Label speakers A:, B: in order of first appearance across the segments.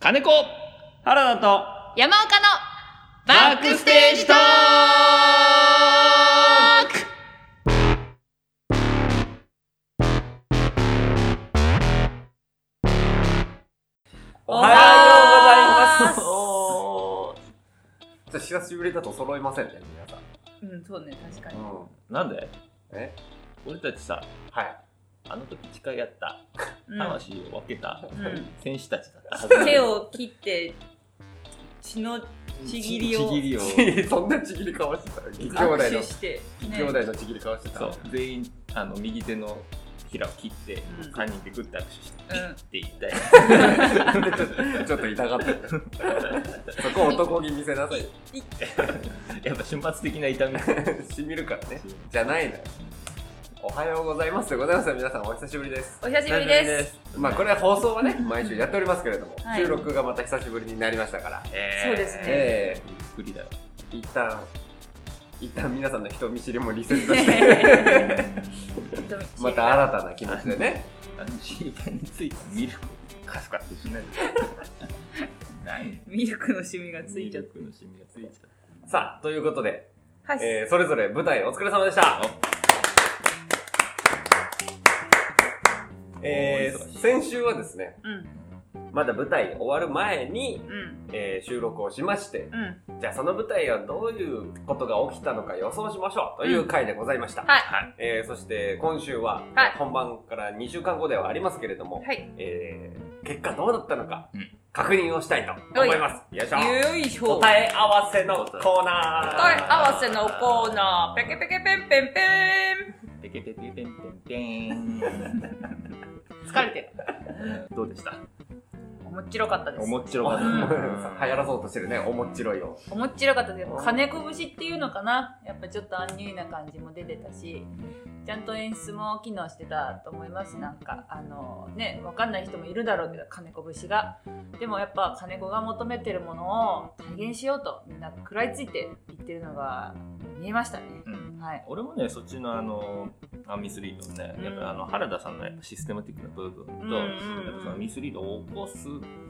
A: 金子
B: 原田と
C: 山岡の
A: バックステージトーク
B: おはようございます
A: お
B: じゃあ久しぶりだと揃いませんね皆さん、
C: うんそうね確かに
B: うん、
A: ーなんで
B: え
A: 俺たちさ、
B: はい
A: あの時誓い合った、
C: う
A: 魂を分けた
C: ん
A: 戦士たちだったはず
C: 手を切って血のちぎりを
A: ちぎりを。
B: そんなちぎりかわしてた義兄弟
C: 握
B: の
C: 手してね
B: 兄弟のちぎりかわしてた
A: そう、全員、あの、右手のひらを切って
C: う、ん
A: 3人でグッと握手して、ピッて言ったよ。
B: ちょっと痛がって るそこ男気見せなさい
A: やっぱ瞬発的な痛み。
B: しみるからねじゃないのよおはようございますでございます皆さんお久しぶりです
C: お久しぶりです
B: まあこれは放送はね毎週やっておりますけれども、
C: はい
B: 収録がまた久しぶりになりましたから
A: えー
C: そうですね
B: え
A: ゆっくりだよ。
B: ー、一旦一旦皆さんの人見知りもリセットして
C: ま
B: また新たな気持ちで ね
A: あのシーパンについてミルクカスカスしないで ない
C: ミルクのシミがついちゃっ
A: ミルクのシミがついちゃった
B: さあということで、
C: たはい、
B: えー、それぞれ舞台お疲れ様でしたえ
A: お忙し
B: ー、
A: い
B: 先週はですね
C: うん
B: まだ舞台終わる前に、
C: うん
B: えー収録をしまして
C: うん
B: じゃあその舞台はどういうことが起きたのか予想しましょうという回でございました、
C: はい
A: はい
B: えー、そして今週は、
C: はい
B: 本番から2週間後ではありますけれども、
C: はい
B: えー、結果どうだったのか
A: うん
B: 確認をしたいと思います。よいしょ。
C: よいしょ答
B: 答え合わせのコーナー。
C: え合わせのコーナーペケペケペンペン
A: ペ
C: ペ
A: ケペケペンペンペン
C: ン疲れてる
A: どうでした
C: 面白かったです
A: 面白かっ
C: うん
B: 流行らそうとしてるね、おもっちろいを。
C: 面白かったです金こぶしっていうのかなやっぱちょっとアンニュイな感じも出てたしちゃんと演出も機能してたと思いますなんかあのねわかんない人もいるだろうけど金こぶしがでもやっぱ金子が求めてるものを体現しようとみんな食らいついて言ってるのが見えましたね
A: た、うん
C: はい
A: 俺もねそっちのあのアンミスリードのねやっぱあの原田さんのやっぱシステマティックな部分と、
C: うんうんうん
A: やっぱそのミスリードを起こす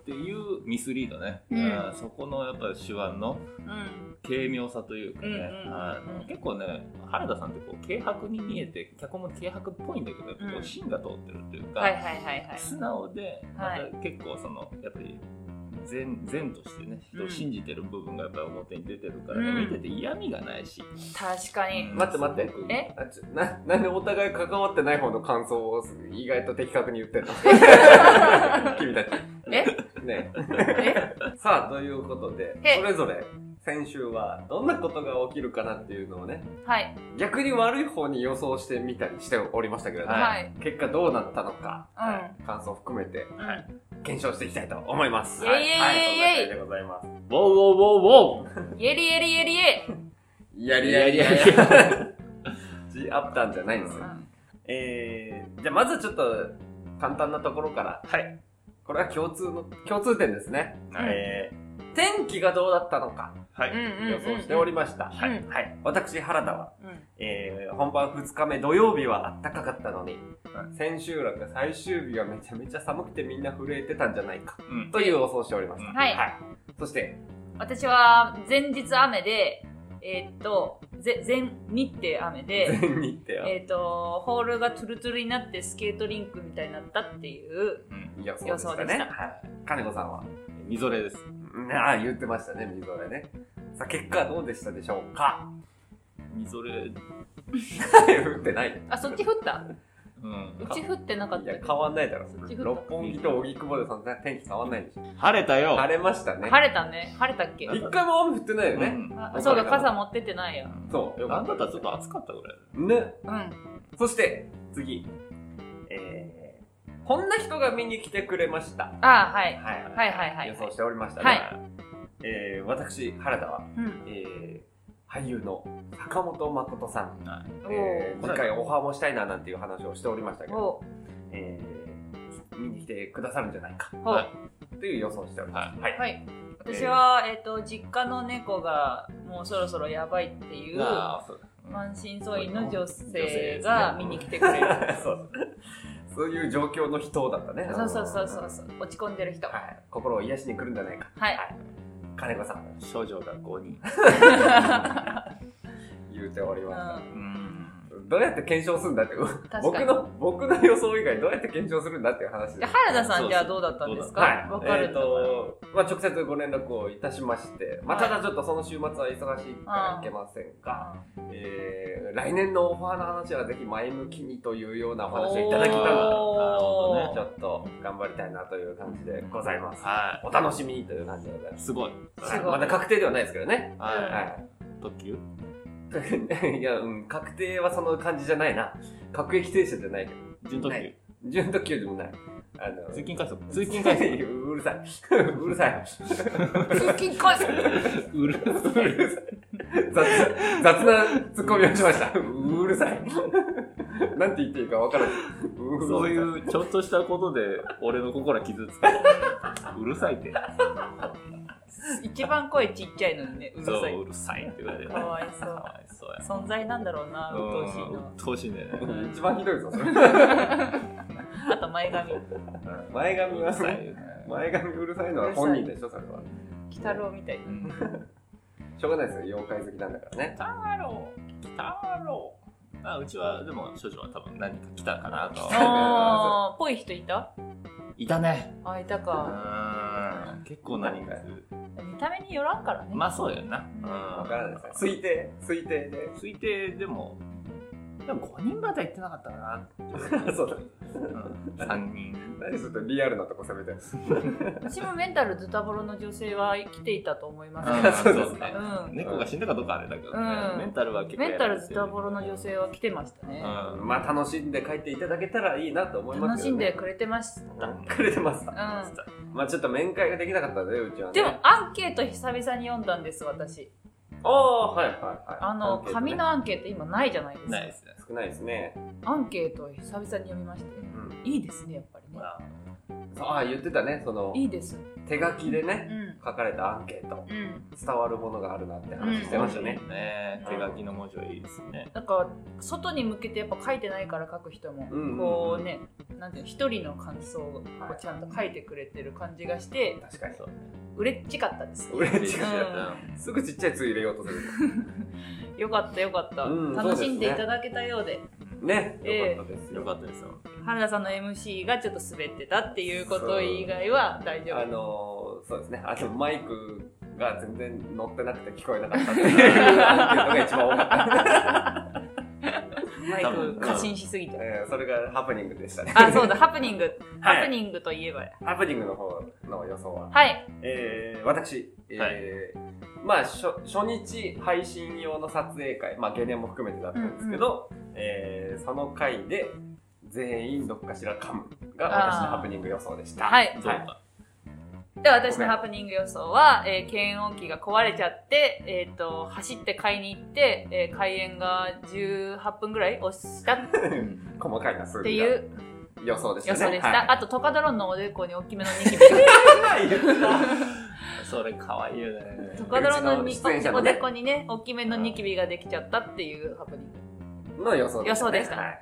A: っていうミスリードね、
C: うん
A: うんそこのやっぱ手腕の
C: うん
A: 軽妙さというかね、
C: うんうんうん
A: あの結構ね原田さんってこう軽薄に見えて脚本も軽薄っぽいんだけどやっぱこ
C: うん
A: う芯が通ってるというか、
C: はいはいはいはい
A: 素直でま
C: はい
A: た結構そのやっぱり善善としてね人
C: うん
A: を信じてる部分がやっぱり表に出てるから、ね
C: うん
A: 見てて嫌味がないし、
C: 確かに
A: うん
B: 待って待って
A: すごく
C: え
B: あちょな、なんでお互い関わってない方の感想を意外と的確に言って るの君たち。
C: え
B: ね。
C: え
B: さあ、ということで
C: へ、
B: それぞれ先週はどんなことが起きるかなっていうのをね、
C: はい
B: 逆に悪い方に予想してみたりしておりましたけれども、
C: は
A: はい
B: 結果どうなったのか、
C: うん
B: はい感想を含めて
C: うん
A: はい
B: 検証していきたいと思います。
C: イェイイェイ
B: はい、
C: イェイ
B: はいそんな感じでございます。
A: ウォーウォーウォーウォー
C: イエリエリエリエ
B: やりや
A: や
B: り
A: り
B: や
A: や
B: り
A: り
B: や
A: や
B: り
A: り。
B: G アップタンじゃないんですよ。えー、じゃあまずちょっと簡単なところから。
A: はい。
B: これは共通の、共通点ですね。
A: はい
B: えー、天気がどうだったのか
A: は
C: う
A: い、
C: んうんうん
B: 予想しておりました。
C: ん
B: はい。
C: う
B: はい。私、原田は、
C: うん
B: えー、本番2日目土曜日は暖かかったのに、
A: は
B: 千秋楽最終日はめちゃめちゃ寒くてみんな震えてたんじゃないか。
A: うん
B: という予想をしておりました。
C: はい
B: そして、
C: 私は前日雨でえーっとぜ前日って雨
B: 全
C: で
B: 日程は
C: えーっとホールがトゥルトゥルになってスケートリンクみたいになったっていう
A: うん、
B: 予想でし
C: 予想で
B: た
C: し
B: ね。
C: た
B: はい。金子さんは
A: みぞれです
B: ああ、言ってましたね、みぞれね。さあ、結果どうでしたでしょうか
A: みぞれ
B: 降ってない。
C: あそっち降った
A: うん
C: うち降ってなかっ
B: い
C: た
B: や、変わんないだろ
C: そっち降。った
B: 六本木と荻窪でそんな天気変わんないでしょ。
A: 晴れたよ
B: 晴れましたね。
C: 晴れたね晴れたっけ
A: れ
B: 一回も雨降ってないよ
A: う
B: ね。
A: ん
C: あそうだ傘持ってってないや
B: そうよか
A: な
B: っ
A: ん
B: た
A: だったらちょっと暑かったぐらい
B: ね。
C: うん
B: そして、次。えー、こんな人が見に来てくれました。
C: あーはい
B: はい。
C: はいはいはい
B: 予想しておりましたね。
C: はい
B: えー、私、原田は、
C: うん
B: えー、俳優の坂本誠さん。
A: だ、はい
B: えー、
C: お
B: 次回オファーもしたいななんていう話をしておりましたけ
C: ー
B: ど。
C: お
B: えー見に来てくださるんじゃないか
C: ーお
A: は
C: ー
A: い
B: という予想をしております。はい。
C: はい私はえーっと実家の猫がもうそろそろやばいっていう
A: ああそうだ、うん
C: 満身創痍の女
A: 女性
C: 性
A: ですね
C: が見に来てくれる
B: そうそういう状況の人だったね。
C: そうそうそうそうそう落ち込んでる人
B: は。
C: はい
B: 心を癒しに来るんじゃないか。
C: い、
B: 金子さん、
A: 少女が5人。
B: 言うて おり
C: う、
B: ま
A: うんん。
B: す。どうやって検証するんだって、
C: かに
B: 僕の、僕の予想以外どうやって検証するんだっていう話
C: で
B: です。
C: 原田さ
A: そ
C: ん
A: う
C: じゃあどうだったんですか
B: はい。
C: わかる
B: え
C: ん
B: ー
C: だから、
B: と、まあ直接ご連絡をいたしまして、まあ
C: はい
B: ただちょっとその週末は忙しいからいけませんが、えー来年のオファーの話はぜひ前向きにというようなお話をいただけたら、
C: おー
A: なるほどね
B: ちょっと頑張りたいなという感じでございます。
A: は
B: お楽しみにという感じでございま
A: い。
B: す。
A: すごい。
C: すごい
B: まだ確定ではないですけどね。
A: は。
B: はい
A: 特急
B: い。 いや、うん、確定はその感じじゃないな。各駅停車じゃないけど。
A: 準特
B: は
A: 急
B: い準特急でもない。あの、
A: 通勤快速通勤快速
B: うるさい。うるさい。
C: 通勤快速
A: うる
B: うるさい雑雑なツッコミをしました。うるさい。なんて言っていいかわからない。
A: そう
B: うる
A: いうちょっとしたことで俺の心は傷つくうるさいって
C: 一番声ちっちゃいのにねうる
A: そ
C: さ
A: う
C: いう
A: るさいって言われて
C: かわいそ
A: か
C: う
A: わいそうや
C: 存在なんだろうなうっとうしい
A: うんうっとうしいね
B: さい。一番ひどいぞ、それ。
C: なあと前髪
B: 前
A: う
B: 髪は
A: るさいよね
B: 前髪うるさいのは本人でしょ、それは。
C: 鬼太郎みたいな
A: うん
B: しょうがないですよ、妖怪好きなんだからね。
A: 太郎太郎あうちはでも少女は多分何か来たかなとは
C: あーぽい人いた
A: いたね
C: あいた
A: う
C: か
A: ーん結構何か
C: 見た目によらんからね、
A: まあそうやな
B: わ
A: う
B: からないですよ。推定、推定で。
A: ん推定でもでも5人までは行ってなかったかな
B: そうだ。
A: うん3人
B: 何ちょっとリアルなとこ攻めてる。
C: 私もメンタルズタボロの女性は来ていたと思います
A: あー
B: そうです
A: ね
C: うん
A: 猫が死んだかどうかあれだけどね、
C: うん
A: メンタルは結構
C: メン
A: や
C: タ
A: られ
C: ル
A: て
C: ズ
A: る
C: タボロの女性は来てましたね、
A: うん
B: まあ楽しんで帰っていただけたらいいなと思いま
C: 楽
B: す
C: し
B: けど、
C: んで
B: ね。
C: くれてました、
B: で くれてます。
C: うん、
B: まあちょっと面会ができなかったんで、うちはね。
C: でもアンケート久々に読んだんです私
B: ああ、はいはいはい。
C: あ
B: アン
C: の
B: ケートね
C: 紙のアンケート今ないじゃないですか
A: ないですね
B: 少ないですね。
C: アンケートを久々に読みまして
B: うん。
C: いいですねやっぱりね
B: そうああ、言ってたね。その
C: いいです
B: 手書きで
C: う
B: ね、
C: ん
B: 書かれたアンケート。
C: うん
B: 伝わるものがあるなって話してましたね。
A: ね手書きの文字はいいですね
C: なんか外に向けてやっぱ書いてないから書く人も、
B: うん
C: こうねなんていうの一人の感想をこうちゃんと書いてくれてる感じがして
B: 確かに。
A: そうね
C: 嬉しかったですね
B: 嬉しい。
C: う
B: すぐちっちゃいつ入れようとする。
C: よかったよかった、
B: うん
C: 楽しんでい
B: そうですね
C: ただけたようで
B: ね。
C: ええ
B: よかったです
A: よ
B: よ。
A: かったですよ
C: 原田さんの MC がちょっと滑ってたっていうこと以外は大丈
B: あ
C: 夫
B: のーそうですね。あとマイクが全然乗ってなくて聞こえなかったって いうアンケートが一番多かった。マイ
A: 多分
B: ク
C: 過信しすぎて
B: えーそれがハプニングでしたね。
C: あそうだハプニング、
B: はい
C: ハプニングといえば
B: ハプニングの方の予想は、
C: はい
B: えー私、えーまあ初初日配信用の撮影会、まあゲネも含めてだったんですけど、えーその回で全員どっかしら噛むが私
C: あ
B: の
C: ー
B: ハプニング予想でした。
C: はい
A: どうか
C: で私のハプニング予想は、えー検温器が壊れちゃって、えー、と走って買いに行って、えー開園が18分ぐらい押したっ
A: うん
B: 細かいな数
C: て
B: 字
C: い
B: が
C: う
B: 予想でした
C: 予
B: ね。
C: 想でした、
B: はい
C: あとトカドロンのおでこに大きめの ニキビが
A: それ可愛いよね
C: トカドロンのに
B: うちの出演者の
C: お
B: ね
C: でこにね大きめのニキビができちゃったっていうハプニング
B: の予想でした、ね。
C: 予想でした
B: はい。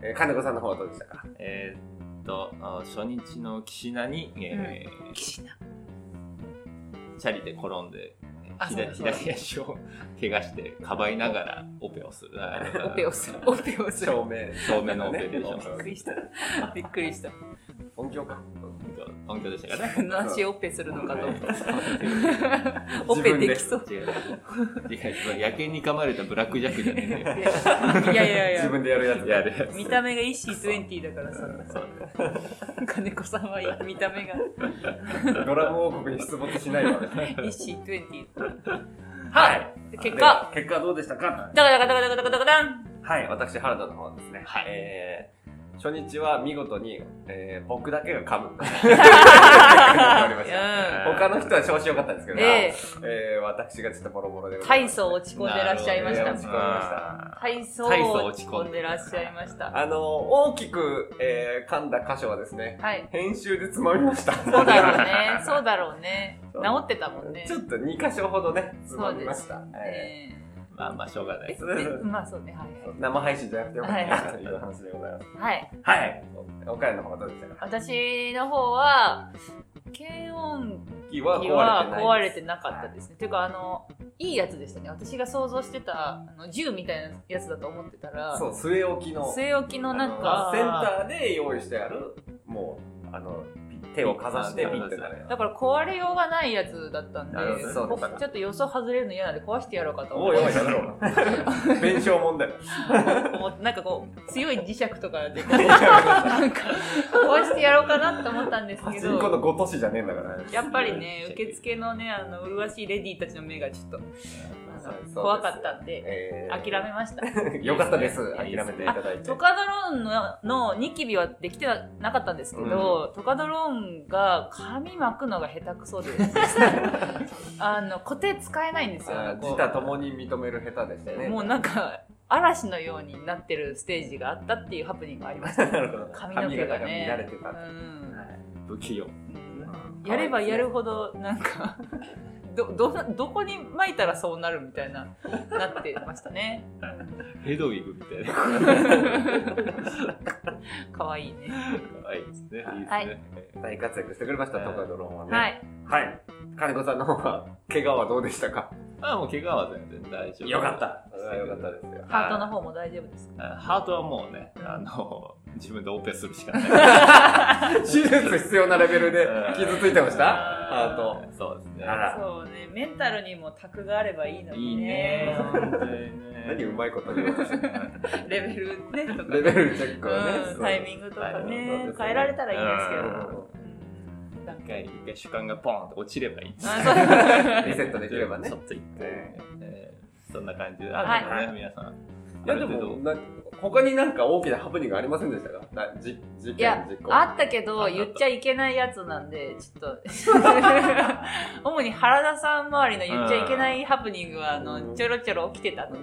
B: えー金子さんの方はどうでしたか
A: えーっとあ初日の岸名に、えー
C: 岸名
A: チャリで転んで
C: あ
A: 左
C: そうだ
A: 左足を怪我してかばいながらオペをする
C: オペをするオペをする
B: 照明。
A: 照明のオペでしょ
B: ね
C: びっくりしたびっくりした
B: 音響か。
A: 音響でしたか ね
C: 足オペするのかと思っ
B: 自
C: た
B: 分
C: オペできそう
A: 違う違う違う野犬に噛まれたブラックジャックじゃねえんだよ
C: いやいやいや
B: 自分でやるやつ。
A: やるやつ
C: 見た目が EC20 だからさ
A: そう
C: 金子さんは見た目が
B: ドラム王国に出没しないわ。
C: EC20
B: はい。
C: 結果
B: で結果どうでしたか
C: だからだからだからだからだん
B: はい、私、原田の方はですね。
A: はい
B: えー初日は見事に、えー僕だけが 噛む。
A: うん
B: 他の人は調子良かったんですけど、
C: ええ
B: えー私がちょっとボロボロでござい
C: 大
B: ます
C: 層落ち込んでらっしゃいまし
B: な
C: た
B: るほどね落ち込みま
C: 大層
A: 大層落
C: 落
A: ち
C: ち
A: 込んで
C: 込んでらっしゃいました
B: あの、大きく、えー噛んだ箇所はですね、
C: はい
B: 編集でつまみました。
C: そうだろうねそう だろうね治ってたもんね
B: ちょっと2箇所ほどね、つまみました。え
C: え
A: まあまあ、しょうがないです。
C: えまあそうね、はいはい。
B: 生配信じゃなくてよかったという話でございます。
C: はい、
B: はい。岡山の方はどうでしたか
C: 私の方は、軽音
B: 木
C: 機は壊
B: 壊
C: れ
B: れ
C: て
B: て
C: なかったですね。ていうか、あの、いいやつでしたね。私が想像してた、あの銃みたいなやつだと思ってたら、
B: そう、据え置きの。
C: 据え置きのなんか、
B: あのセンターで用意してある、もう、あの、ピ手をかざしてピッてなる。
C: だから壊れようがないやつだったんで、
B: なるほどそうです
C: 僕ちょっと予想外れるの嫌なんで壊してやろうかと思
B: お
C: っ
B: い
C: て
B: おい、やめろ。 弁償問 題。
C: 思ってなんかこう、強い磁石とかで、なんか壊してやろうかなって思ったんです
B: パ
C: け
B: チンコ
C: ど、
B: のごとしじゃねえんだからね。
C: やっぱりね、受付のね、あの、麗しいレディーたちの目がちょっと、あ
B: そうで
C: の
B: す
C: 怖かったんで、
B: えー
C: 諦めました。
B: よかったです。諦めていただいて
C: ト。カドローンののニキビはできてなかったんですけど、トカドローンが髪巻くのが下手くそであの固定使えないんですよ
B: あー
C: こう
B: 自他ともに認める下手でしたね。
C: もうなんか嵐のようになってるステージがあったっていうハプニングがあり ました
B: なるほど
C: 髪の毛がね
B: 髪型が乱れてた。
C: うん
A: 不器用。
C: やればやるほどなんか どどどこに巻いたらそうなるみたいななってましたね
A: ヘドウィグみたいな。
C: 可愛いね
A: 可愛いですね。いいですね。
C: は
A: はいい。
B: 大活躍してくれました、トカドローンはね。
C: はい
B: はい。金子さんの方は、怪我はどうでしたか
A: まあもう怪我は全然大丈夫。
B: よかった。それはよかったですよ。
C: ハートの方も大丈夫です
A: あハートはもうね、あの、自分でオペするしかない。
B: 手術必要なレベルで傷ついてました
C: あ
B: ハ
C: ー
B: ート。
A: そうですね。
B: あら
C: そうねメンタルにもタクがあればいいの
A: い
C: に
A: いね。
C: ね
A: 本当にね。
B: 何うまいこと言おうとしてる
C: レベルねとか
B: レベルチェックはね。
C: うん、タイミングとか
A: そう
B: で
C: ね
B: すね
C: 変えられたらいいんですけ
B: グ。
C: ど、うん、なんか
A: 一回、一回主観がポンと落ちればいい。
C: あそう
B: リセットできればね
A: ちょ。っと一回ね。えーそんな感じで。
C: はい
A: あ、でもね、皆さん。
B: いやでも、な他になんか大きなハプニングありませんでしたかなじ事
C: いや
B: 件、事故。
C: あったけど
A: あった
C: 言っちゃいけないやつなんでちょっと 主に原田さん周りの言っちゃいけないハプニングはあのちょろちょろ起きてたので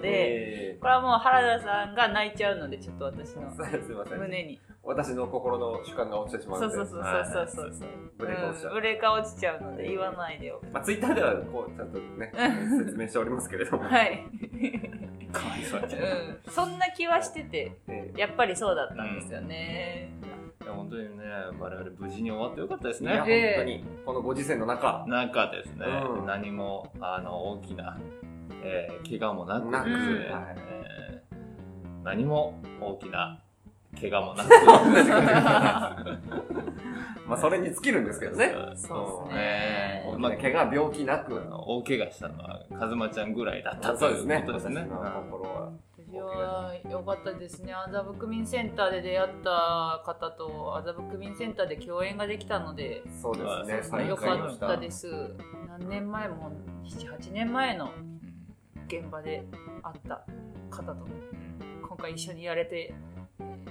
B: え
C: これはもう原田さんが泣いちゃうのでちょっと私
B: ー
C: の
B: すいません。
C: 胸に
B: 私の心の主観が落ちてしまう
C: そ
B: の
C: う
B: で。
C: そうそうそうそうそう
B: ブレーカー落ちちゃう
C: うんブレーカー落ちちゃうので言わない でよ
B: まあ、ツイッターではこうちゃんと ね、説明しておりますけれども、
C: はい、
A: かわいそう
C: う
A: に。
C: ん、そんな気はしてて
B: え
C: やっぱりそうだったんですよね、
A: いや本当にね、我々無事に終わってよかったです
B: ーいや、
A: ね。
C: え
B: 本当に、このご時世の中、
A: なんかですね、
B: うん
A: 何もあの大きな、えー怪我もなく
B: なく
A: ですね
B: はい
A: えー何も大きな怪我もなく
B: まあ、それに尽きるんですけどね。
C: そう
A: ね
C: ですね
B: 大きな怪我、病気なく、
A: あの大怪我したのはカズマちゃんぐらいだった
B: そ
A: と
B: う
A: い
B: で
A: う
B: すね。
A: ことですね。
B: 私の心は。
C: 私は良かったですね麻布区民センターで出会った方と麻布区民センターで共演ができたので
B: そうで
A: そ
B: す
A: う
B: ね。
A: で
C: 良
A: よす
B: 再
A: ね
B: 開
C: か
B: を
C: っ
B: した
C: です何年前も78年前の現場で会った方と今回一緒にやれて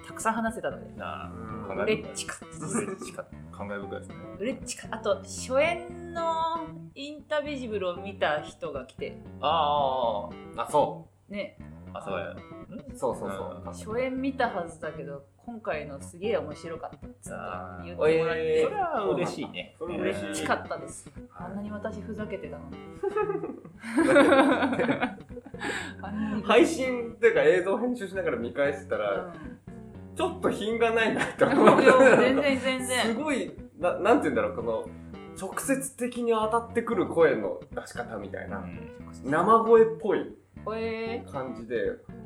C: たくさん話せたので
A: うんな
B: うん
A: あ
C: うれっちかった
A: 嬉しかった感慨深いですね。
C: 嬉しかったあと初演のインタビジブルを見た人が来て
A: あー
B: あ、そ
C: ね
A: あー、あそうや。
B: う。そうそう
A: うん
B: そう。
C: 初演見たはずだけど今回のすげえ面白かったっつ
A: あ
C: って
A: ー
C: 言ってもらっ
B: え
C: て
A: それは嬉しいね。
B: そうなんだそれは
C: 嬉しかったですあんなに私ふざけてたのに あんなに
B: 配信っていうか映像編集しながら見返してたら、ちょっと品がないなって
C: うん
B: 思う。
C: 全然 全
B: す
C: 然
B: ごいな、なんて言うんだろう、この、直接的に当たってくる声の出し方みたいうな、
A: ん
B: 生声っぽい
C: えー
B: 感じで、あ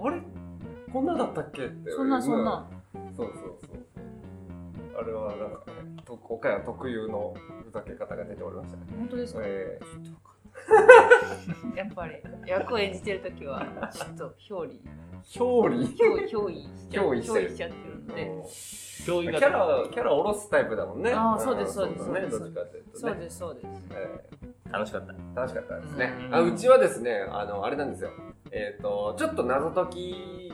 B: れこんなだったっけって。
C: そんなそんな
B: うん。そうそうそうそう。あれはなんかね、と岡山特有のふざけ方が出ておりましたね。
C: 本当ですか
B: え
C: やっぱり役を演じてる時はちょっと表裏
B: ー、表裏。
C: 憑依憑依しちゃう
B: 憑依してる
C: 憑依しちゃってるので
B: キ
A: 教育
B: ャ
A: が
B: ラ、キャラ下ろすタイプだもんね。
C: あーそうですそうです
B: んね。
C: そ
B: ど
C: うです
B: っちかっていうとね。
C: そうですそうです
B: え
A: 楽しかった。
B: ー楽しかったですね。
A: うん
B: あうちはですね、あの、あれなんですよ。えっ、と、ちょっと謎解き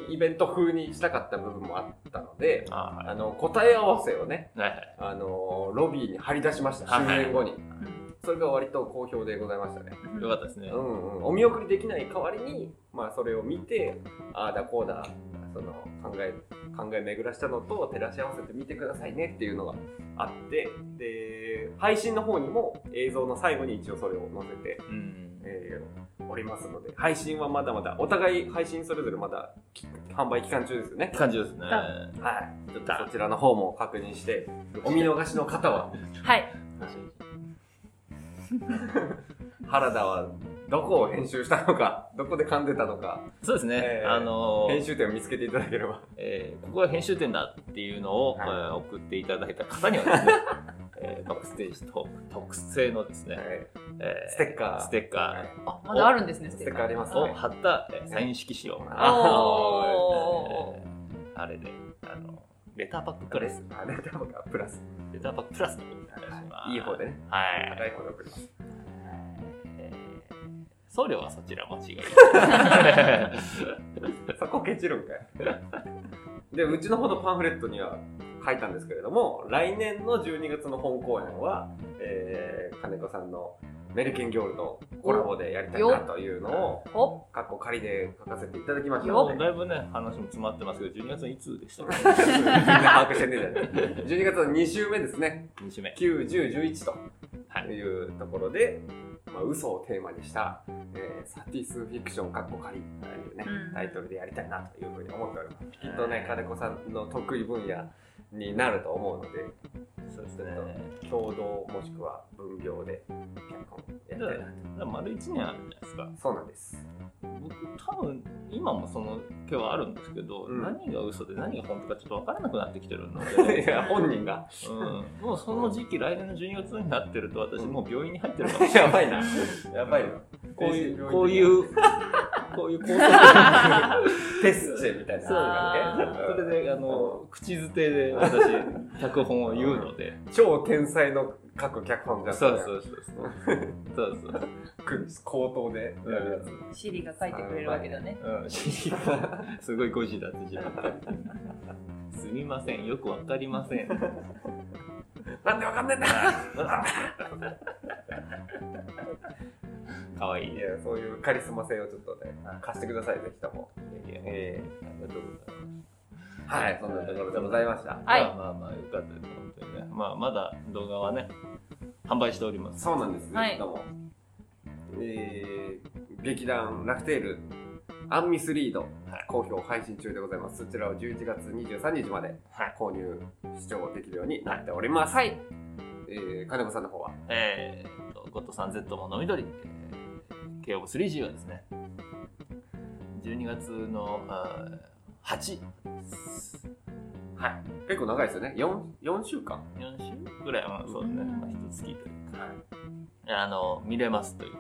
B: イベント風にしたかった部分もあったので、
A: あーはい
B: あの、答え合わせをね、
A: はいはい。
B: あの、ロビーに張り出しました。
A: はい
B: 終演後に。それが割と好評でございましたね。
A: よかったですね。
B: うんうん、お見送りできない代わりに、まあ、それを見てああだこうだその考え考え巡らしたのと照らし合わせて見てくださいねっていうのがあってで配信の方にも映像の最後に一応それを載せて、
A: うん
B: えーおりますので、配信はまだまだ、お互い配信それぞれまだき販売期間中ですよね。
A: 感じですね。
B: はい。ちょっとそちらの方も確認して、お見逃しの方は、
C: はい。
B: 原田はどこを編集したのか、 どこで噛んでたのか、
A: そうですね。
B: えー
A: あのー
B: 編集点を見つけていただければ。
A: えーここが編集点だっていうのを、
B: はい
A: えー送っていただいた方にはですね、えーバックステージと特製のですね、
B: はい
A: えー
B: ステッカー
A: ステッカ
B: はい
C: あ、まだあるんですね、
B: ステッカーあります
A: ーを
B: ね。
A: 貼った、えーサイン色紙を、
C: おー
B: あ
C: おーおーおー
A: えーあれで、あの、レターパックプラス、
B: あれだもがプラス。
A: レターパックプラスでお願いします。
B: いい方でね。
A: はい。
B: 高い方で送ります。
A: えー送料はそちら間違いない。
B: そこケチるんかい。 で、うちの方のパンフレットには書いたんですけれども、来年の12月の本公演は、えー金子さんのメリケンギョールとコラボでやりたいなというのを、
C: お
B: かっこ仮で書かせていただきました
A: も
B: の
A: う
B: で。
A: だいぶね、話も詰まってますけど、12月のいつでしたっ
B: みんな把握してねえじゃない。12月の2週目ですね。
A: け ?2 週目。
B: 9、10、11と。
A: はい。
B: いうところで、まあ、嘘をテーマにした、えーサティスフィクションかっこ仮というね、
C: うん
B: タイトルでやりたいなというふうに思っております。きっとね、金子さんの得意分野になると思うので、
A: そうですね。
B: 共同もしくは分業で結婚や
A: だ
B: り
A: から
B: たいな。
A: だから丸1年あるじゃないですか。
B: そうなんです。
A: 僕、多分、今もその気はあるんですけど、
B: うん
A: 何が嘘で何が本当かちょっと分からなくなってきてるの
B: い
A: で、
B: や、本人が。
A: うん、もうその時期、来年の12月になってると、私もう病院に入ってるか もしれな
B: や
A: い。
B: ばいな。やばいな。
A: こういう、
B: 精神病院
A: こういう、こういう高 速
B: テスチェみたいな
A: そう
B: の
C: あ
B: がね。
A: それで、あの、口づてで私、脚本を言うので。
B: 超天才の各脚本じゃん。
A: そうそうそうそう。そうそうそう。
B: 口頭でやるやつ。
C: シリが書いてくれるわけだね。
A: うん、知り合いすごい誤字だってしまった。すみません、よくわかりません。
B: なんでわかんねえんだ
A: かわいい
B: い
A: ね。
B: や、そういうカリスマ性をちょっとね、貸してください、ぜひとも。
A: ええありがとうございます。
B: はい、そんなところでございました。
C: はい
A: まあまあまあ、よかったです、本当にね。まあ、まだ動画はね、販売しております。
B: そうなんです、
C: はい
B: ぜひとも。えー、劇団ラフテール、アンミスリード、好評配信中でございます。そちらを11月23日まで
A: はい。
B: 購入、視聴できるようになっております。
C: はい。
B: えー、金子さんの方は、
A: えー、と、ゴッドさん Z ものみどり、えー、慶応部 3G はですね、12月のあー8、
B: はい、結構長いですよね。4, 4週間。
A: 4週ぐらいは、そうだね、
C: うん
A: まあ、一月というか、あの、見れますというか、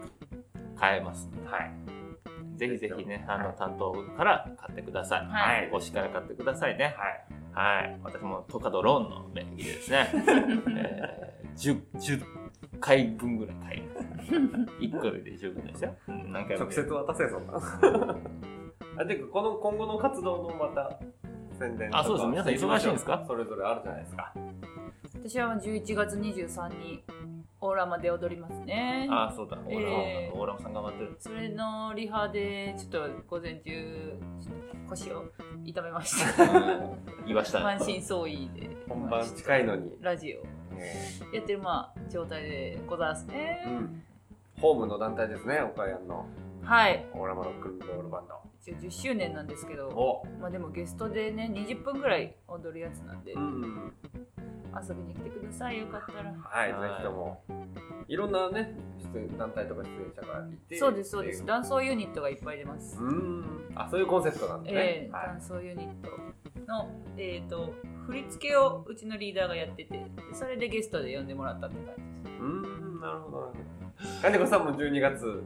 A: 買えます。
B: はい。
A: ぜひぜひね、あの、担当から買ってください。
C: はい
A: 推しから買ってくださいね。
B: はい。
A: はい。私もトカドローンの名義でですね、えー、10、10回分ぐらい買います。1個で十分ですよ。うん、何回も
B: 直接渡せ、そんな。 あで、この今後の活動のまた、宣伝とか
A: あそうです皆さん忙しいんですか
B: それぞれあるじゃないですか。
C: 私は11月23日にオーラまで踊りますね。
A: あ、そうだ。オーラモン、
C: えー
A: オーラモンさん頑張ってる。
C: それのリハでちょっと午前中ちょっと腰を痛めました。
A: 言わした。
C: 満身創痍で
B: 本番近いのに。
C: ラジオやってるまあ状態でございますね。
B: うんホームの団体ですね、岡山の
C: はい。
B: オーラマロックンロールバンド。
C: 一応10周年なんですけど、
B: お
C: まあでもゲストでね20分ぐらい踊るやつなんで
B: うん。
C: 遊びに来てくださいよかったら。
B: はい、ぜ
A: はい
B: ひとも。いろんなね、出演団体とか出演者がいて。
C: そうですそうです。
B: ってい
C: ダンソーユニットがいっぱい出ます
B: う。。うん。あ、そういうコンセプトなんだ
C: え
B: ね
C: ー。
B: は
C: ダンソーユニットの、えー、と振り付けをうちのリーダーがやっててでそれでゲストで呼んでもらったって感じです
B: い。うん、なるほどなるほど。金子さんも12月、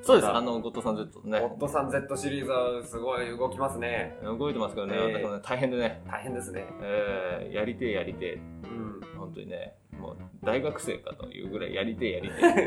A: そうです。あの、後藤さん Z ね。
B: ホットさん Z シリーズはすごい動きますね。
A: 動いてますけどね、
B: えー
A: 私もね大変でね、
B: 大変ですね。
A: えーやりてえやりて
B: うん。
A: え、本当にね、もう大学生かというぐらいやりてえやりてえって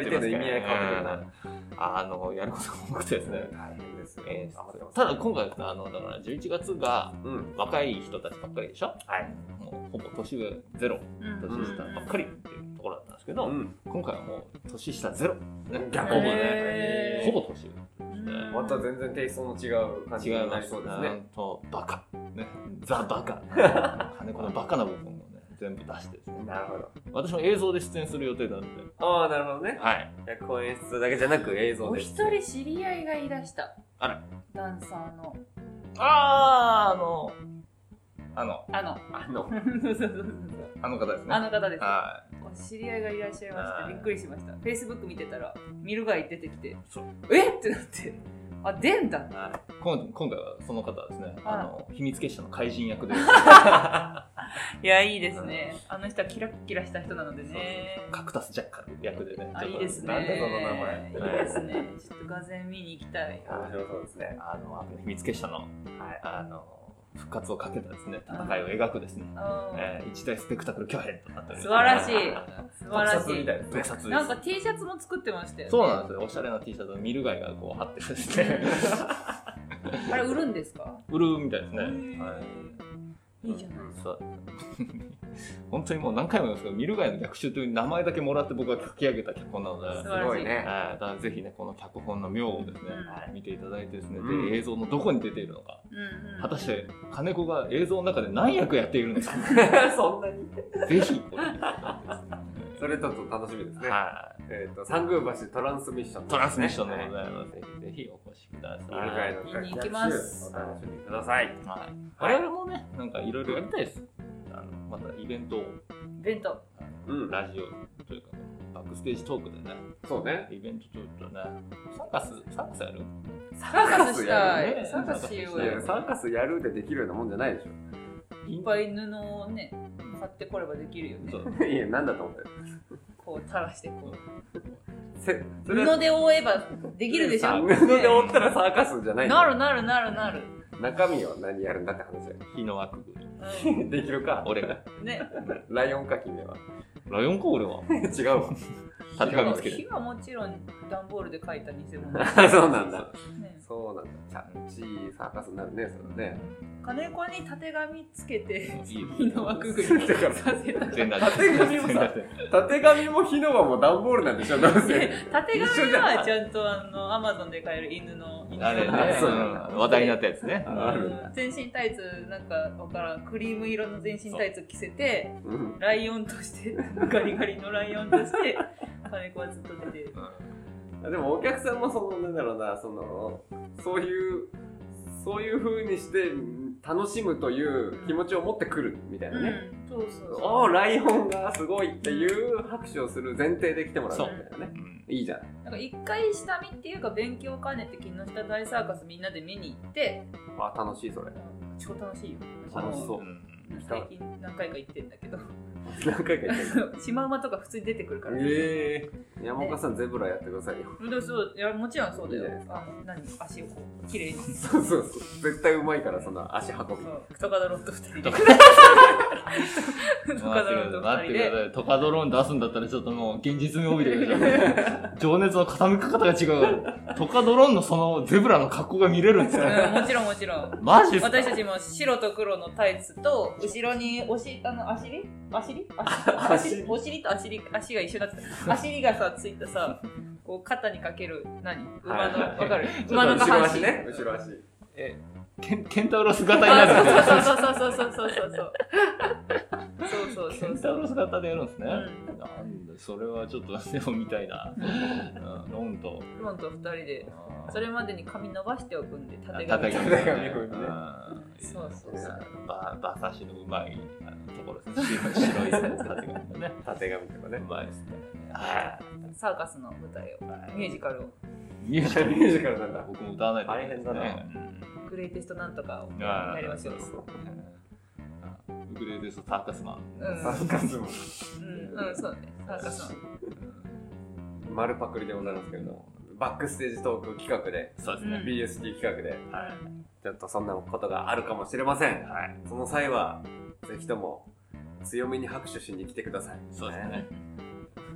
A: 言って
B: り手
A: ま
B: の
A: すからね。
B: 意味合い変わって
A: うんあの、やることが多くてです
B: くる
A: ね
B: な。。大変ですね
A: えー
B: 頑張ってます
A: ただ今回あのだから11月が
B: うん。
A: 若い人たちばっかりでしょ
B: はい。
A: もうほぼ年上ゼロ年下ばっかりっていうところだったんですけど、
B: うん。
A: 今回はもう年下ゼロ、ね、
B: 逆
A: ほぼね
C: へ
A: ほぼ年上
C: うん
B: また全然テイストの違う感じ
A: 違い
B: にな
A: ま
B: り
A: す
B: そうです
A: な
B: ね
A: ん。とバカ、ね、ザバカ金子のバカな部分をね全部出してですね
B: なるほど。
A: 私も映像で出演する予定なんで
B: ああ、なるほどね。
A: はい
B: 脚本演出だけじゃなく映像
C: お
B: で。
C: 一人知り合いが言い出した。
A: あら。
C: ダンサーの。
A: あああのあの
C: あの。
B: あの、
C: そうそうそうそう
A: あの方ですね
C: あの方です。
A: は
C: お知り合いがいらっしゃいまし
A: あ
C: た。
A: ー
C: びっくりしました。Facebook 見てたら、ミルガイ出てきて
A: そう、
C: えってなって、あ、出んだ
A: い。はいこん今回はその方はですね
C: あ
A: あ
C: ら
A: の秘密結社の怪人 役で
C: いや、いいですね。あの人はキラッキラした人なのでね。
A: カクタスジャッカル役でね
C: あ、いいですね。
B: なんだその名前
C: いいですね。ちょっと画前見に行きたい。
B: 面白そうですね。
A: あの秘密結社の
B: はい。
A: あの復活をかけたですね戦いを描くですね、
C: あー
A: えー一大スペクタクル巨編となっております
C: 素晴らしい素
B: 特
C: 晴らし
B: 撮みた
C: い。
B: いですね
A: 特。撮です
C: なんか T シャツも作ってましたよ、ね。
A: そうなんですよおしゃれな T シャツを見るがいがこう貼ってですね
C: あれ売るんですか？
A: 売るみたいですね、
C: へ
A: はい
C: ーいいじゃない。
A: そう 本当にもう何回も言いますけど見るがいの逆襲という名前だけもらって僕が書き上げた脚本なので、
C: 素晴
A: はい
C: らしい
B: すごいね。
A: だからぜひねこの脚本の妙をですね、
C: う
A: 見ていただいてですね、
B: うん
A: で映像のどこに出ているのか
C: うんうん。
A: 果たして金子が映像の中で何役やっているのか
B: そんなに
A: ぜひこれ
B: それちょっと楽しみですね。
A: はい
B: えっと、三宮橋トランスミッションですね。
A: トランスミッションで
B: はい
A: ございます、ぜひぜひお越しください
B: 見る会の
C: 見に行きます
B: お楽しみください。
A: はい、
B: はい
A: 我々もねなんかいろいろやりたいですあのまたイベントを
C: 弁当。
B: うん。
A: ラジオというかバックステージトークでね
B: そうね。
A: イベントちょっとねサーカスサーカスやる
C: サーカスした
A: ね
C: い。サーカスしよ
B: いうや
C: よ。
B: サーカスやるでできるようなもんじゃないでし
C: いっぱい布をね買ってこればできるよね
A: そ。う
B: ょ。 いや、なんだと思ってる。
C: こう垂らしてこう
B: せそれは
C: 布で覆えばできるでしょ。
B: 布で覆ったらサーカスじゃな
C: ね
B: いんだ
C: なるなるなるなる。
B: 中身は何やるんだって話 だよ
A: 日の枠組み
B: できるか
A: 俺が
C: ね。
B: ライオンか君は
A: ライオンか俺は
B: 違 うわ
A: 立て紙つけ
C: 火
A: て
C: はもちろん段ボールで描いた偽物。
B: そうなんだ
C: ね
B: そうなんだキャッチーサーカスになるねそれね
C: 金子にたてがみつけて
A: いいよ
C: 火の枠組み
B: だ から
C: させたら。
A: 全裸
B: 立て紙もさたてがみも火の輪も段ボールなんでしょどう
C: で
B: せ
C: たてが
B: 一緒
C: み
B: じゃ
C: は
B: ん
C: ちゃんとあのアマゾンで買える犬の犬
A: あれね
B: あそう
A: うん話題になったやつね
B: あるんだ
C: 全身タイツなんかわからんクリーム色の全身タイツ着せて
B: うん
C: ライオンとしてガリガリのライオンとして金子はずっと出てる
B: でもお客さんもそのなんだろうなそのそういうそういう風にして楽しむという気持ちを持ってくるみたいなね、
C: うんそうそう
B: お
C: そ
B: おライオンがすごいっていう拍手をする前提で来てもらうみたいなね
A: うん
B: いいじゃん
C: うなんか一回下見っていうか勉強を兼ねて木下大サーカスみんなで見に行って
B: あ楽しいそれ
C: 超楽しいよ
B: 楽しそう
A: うん
C: あの最近何回か行ってんだけど
B: 何回か言ってる
C: シマウマとか普通に出てくるから、
B: ええ山岡さん、ゼブラやってくださいよ。
C: でもそういやもちろんそうだ
B: いいじゃ
C: よ
B: ないです
C: あの何足をこう綺麗に
B: そうそうそう。絶対うまいから、その足運び。
C: そうトカドロンと二人で。トカ
A: 待ってください待ってくださ
C: ドロンと二人で。
A: いトカドローン出すんだったらちょっともう現実味を帯びてください情熱の傾き方が違うからトカドローンのそのゼブラの格好が見れるんですよ
C: うんもちろんもちろ ん。
A: マジっすか
C: 私たちも白と黒のタイツと後ろにおしあの足り足り
B: あ
C: 足
B: 尻
C: りお尻と足り足が一緒だった足りがさついたさこう肩にかける何馬の
B: はい
C: わかる
B: ちょ
C: 馬
B: っ
C: の
B: と
C: 下
B: 後ろ
C: 半
B: 足
C: 身
B: ね。後ろ足。
A: えケンケンタウロス型になるんですよ
C: あそうそうそうそうそうそうそうそうそうそう
A: ケ
C: そう
A: ンタ
C: そう
A: ウロス型でやるんですね、
C: う
A: なんだそれはちょっとでも見たいな、うん、ロンと
C: フロンと二人でそれまでに髪伸ばしておくんで縦
A: たた
C: 髪
A: き
B: ね
C: そうそうそう
A: ババサシのうまいあのところですね白い白いやつたてがね
B: 縦紙と か
A: う
B: ね。
A: まい ですねは
C: サーカスの舞台を
A: い
C: ミュージカルを
A: ミュージカル
B: ミュージカルなんだ。
A: 僕も歌わないと
B: 大変だな
C: グレイテストなんとかを
A: うんあ
C: やりましょう。
A: ーウクレレとサーカスマン、
C: うん、
B: サーカスも。
C: うん、うん、そうね。サーカスの。
B: 丸パクリでございますけれども。バックステージトーク企画で、
A: そうですね、
B: BST 企画で、
A: はい
B: ちょっとそんなことがあるかもしれません。
A: はい
B: その際は、ぜひとも、強めに拍手しに来てください。
A: そうですね。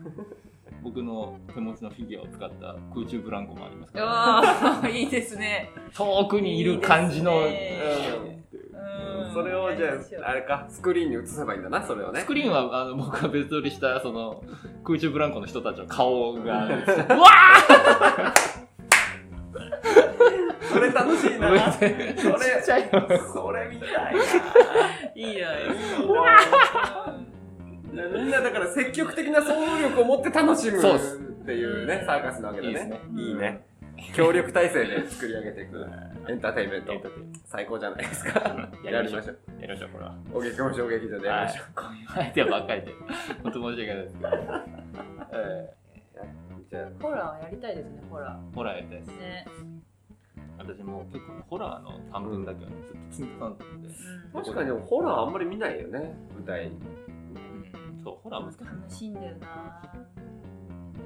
A: 僕の手持ちのフィギュアを使った空中ブランコもありますから、
C: ああ、いいですね。
A: 遠くにいる感じの、
C: いいですねうん。
B: それをじ
C: やりましょう
B: ゃあ、あれか、スクリーンに映せばいいんだな、それをね
A: ス。クリーンはあの僕が別撮りしたその空中ブランコの人たちの顔が、うわ
B: それ楽し いな。
A: ーっ
B: そ
A: て
B: れ、
A: ちっちゃいの
B: それみたいな。
C: いいじゃないですか。うん
B: みんなだから積極的な想像力を持って楽しむ
A: そうっす
B: っていうね、サーカスなわけだ
A: いいです
B: ね
A: ね。
B: いいね。協力体制で作り上げていくエンターテインメント
A: エンターテインメン。
B: 最高じゃないですか。
A: うん
B: やりましょう。
A: やりましょう、これは。
B: お劇場も衝撃場でやりましょう。
A: こういうアイデアばっかりで、本当申し訳ないですけど。え
B: じゃあ
C: ホラーはやりたいですね、ホラ
A: ーホラーやりたいです
C: ー。。ね。
A: 私もう結構ホラーの短文だけはねずっと積み重なってるんで。
C: うん
B: 確かにでもホラーあんまり見ないよね、舞台。
A: うんそう、ホラー難しい。
C: 楽しいんだよな。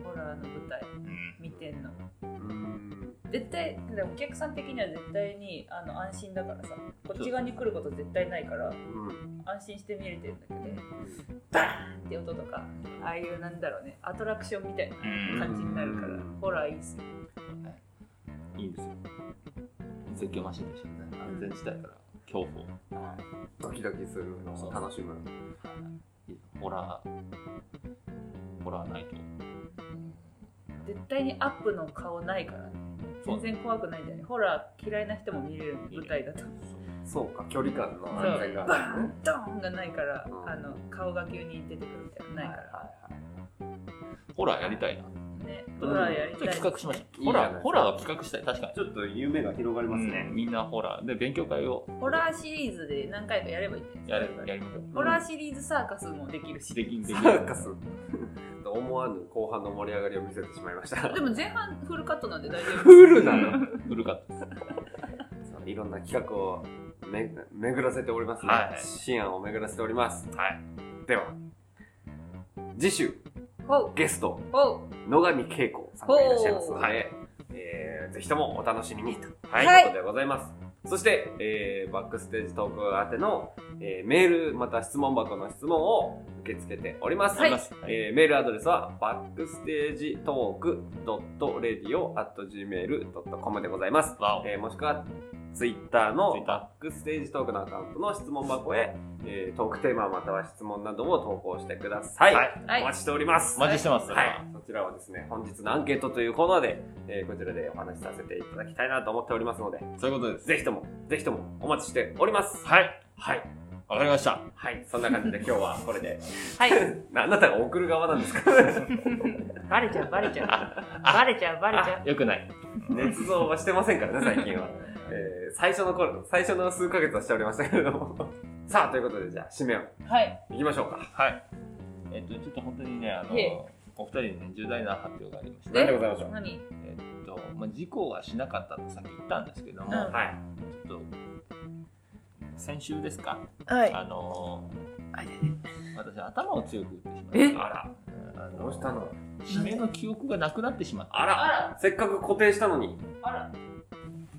C: ホラーの舞台
A: うん
C: 見てんの。
B: うん。
C: 絶対、でもお客さん的には絶対にあの安心だからさ、こっち側に来ること絶対ないから、
B: うん
C: 安心して見れてるんだけど、バーンって音とか、ああいうなんだろうね、アトラクションみたいな感じになるから
B: うん、
C: ホラーいいっすよ。
A: いいんですよ。絶叫マシンでしたね。安全地帯から恐怖を。
B: ドキドキするのを楽しむ。
A: ホラー、ホラーないと。
C: 絶対にアップの顔ないからね全然怖くないんだよねホラー嫌いな人も見れる舞台だと
B: そうか、距離感の
C: そう
B: 安全
C: バ
B: が。
C: ーンドーンがないから
B: うん
C: あの顔が急に出てくるみたいなのないから
A: ホラーやりたいな。
C: ね
B: う
C: ホ
B: ん
C: ラーやり
A: ちょっと
C: た
A: 企
C: い
A: 画しましょ。
B: いう
A: ホ
B: いじゃな
A: ラ
B: いですか
A: ー、ホラーを企画したい。確かに。
B: ちょっと夢が広がり
A: うんみんなホラー。で、勉強会を
C: ホラーシリーズで何回かやればいいんじゃ
A: や
C: な
A: れ
C: いですか
A: やりましょう。
C: ホラーシリーズサーカスもできるし
A: できんでき
B: サ
A: ん
B: ーカ ス。思わぬ後半の盛り上がりを見せてしまい ました。
C: でも前半フルカットなんで大丈夫
B: フルなの
A: 古かっ
B: いろんな企画をめ巡らせておりますね。
A: はい
B: 思案を巡らせております。
A: た。はい。
B: では、次週
C: ほう
B: ゲスト、
C: ほ
B: 野上恵子さんがいらっしゃいますので、えーぜひともお楽しみにという
C: はい
B: ことでございます。そして、えーバックステージトーク宛ての、えーメールまた質問箱の質問を受け付けております。
C: はい
A: え
B: えーメールアドレスはバックステージトーク .radio.gmail.com でございます。
A: ーわお。
B: えーもしくはツイッターの
A: Twitter
B: バックステージトークのアカウントの質問箱へ、えートークテーマまたは質問などを投稿してください。
A: はい。
C: うは
B: お
C: い
B: 待ちしております。
A: お待ちしてます。
B: はい、そちらはですね、本日のアンケートというコーナーで、えーこちらでお話しさせていただきたいなと思っておりますので、
A: そういうことです。
B: ぜひとも、ぜひともお待ちしております。
A: はい。
B: はい、
A: わかりました。
B: はい、そんな感じで今日はこれで、
C: はい
B: あなたが送る側なんですか
C: バレちゃうバレちゃうバレちゃうバレちゃう
A: よくない。
B: 熱造はしてませんからね、最近は。えー最初の頃、最初の数ヶ月はしておりましたけれども。 さあ、ということで、じゃあ、締めを
C: はい
B: いきましょうか。
A: はい。えっと、ちょっと本当にね、あの
C: いえ、
A: お二人にね、重大な発表がありまして、
C: え
B: 何でございましょう。
C: 何
A: えっと、まあ、事故はしなかったとさっき言ったんですけども、
C: うん
B: はい。
A: ちょっと、先週ですか、
C: は
A: あの
C: あれ
A: ー、私、頭を強く打ってしまっ
C: え
A: て、
B: あら、
A: あの
B: どうしたの
A: 締めの記憶がなくなってしまった。
B: あら
C: あら
B: せっかく固定したのに。
C: あら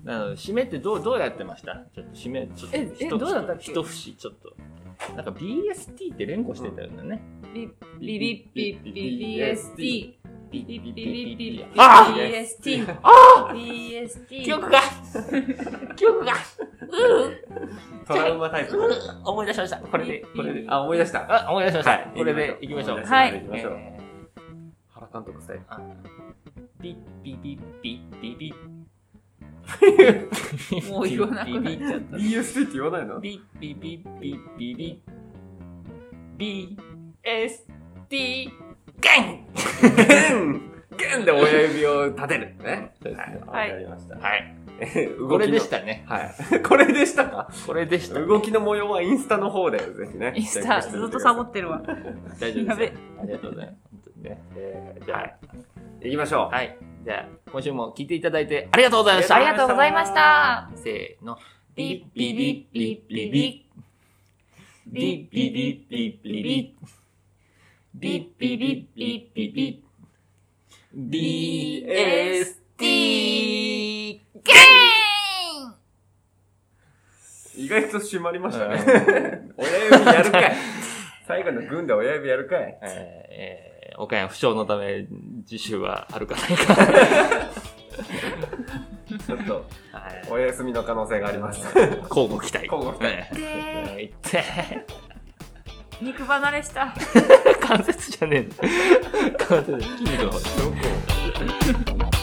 A: なので締めってどうどうやってましたちょっと締めちょっと
C: ええ
A: ひと
C: どうだったっけ
A: ひと節ちょっとなんか BST って連呼してたよね、
C: ビビビビビ BST
A: ビ
C: ビビビビビ
A: あ
C: BST
A: あ
C: BST
A: 記憶が記憶が
B: トラウマタイプ。
A: うん思い出しましたこれでこれで
B: あ、思い出した。
A: あ思い出しました、
B: はい
A: これでいきましょう
C: はい
B: 行きましょう
A: えー
B: 原監督さえ。
A: あビビビビビビ
C: もう言わなくなっちゃった
B: BST って言わないの
A: ビビビビビビビ BST ガン
B: ゲンゲンで親指を立てる。ね。
A: そうですね
B: はい。わかりました。
A: はい。
B: 動き の
A: これでし。たね。
B: はい。 これでしたか
A: これでした。
B: 動きの模様はインスタの方で、ぜひね。
C: インスタ
B: チェックして
C: ず
B: みてください
C: っとサボってるわ
A: 大丈夫
C: や
A: で
C: べ
A: す。ありがとうございます。本当にね。えーじゃ
B: 行きましょ
A: あ、はい。じゃあ、今週も聞いていただいてありがとうございました。
C: ありがとうございました
A: せーの。
C: ビッビビッビッビビッビッビビッビッビビッビッビビッビッビビッ BST ゲーン
B: う。意外と締まりました
A: う
B: ね。
A: ん
B: 親指やるかい。最後の軍で親指やるかい。
A: えーえー岡山不詳のため、次週はあるかないか。
B: ちょっと、
A: はい
B: お休みの可能性があります。
A: 交互期待。
B: 交互期待
A: 待。いって、
C: 肉離れした
A: 関節じゃねえの。関節、筋肉の方。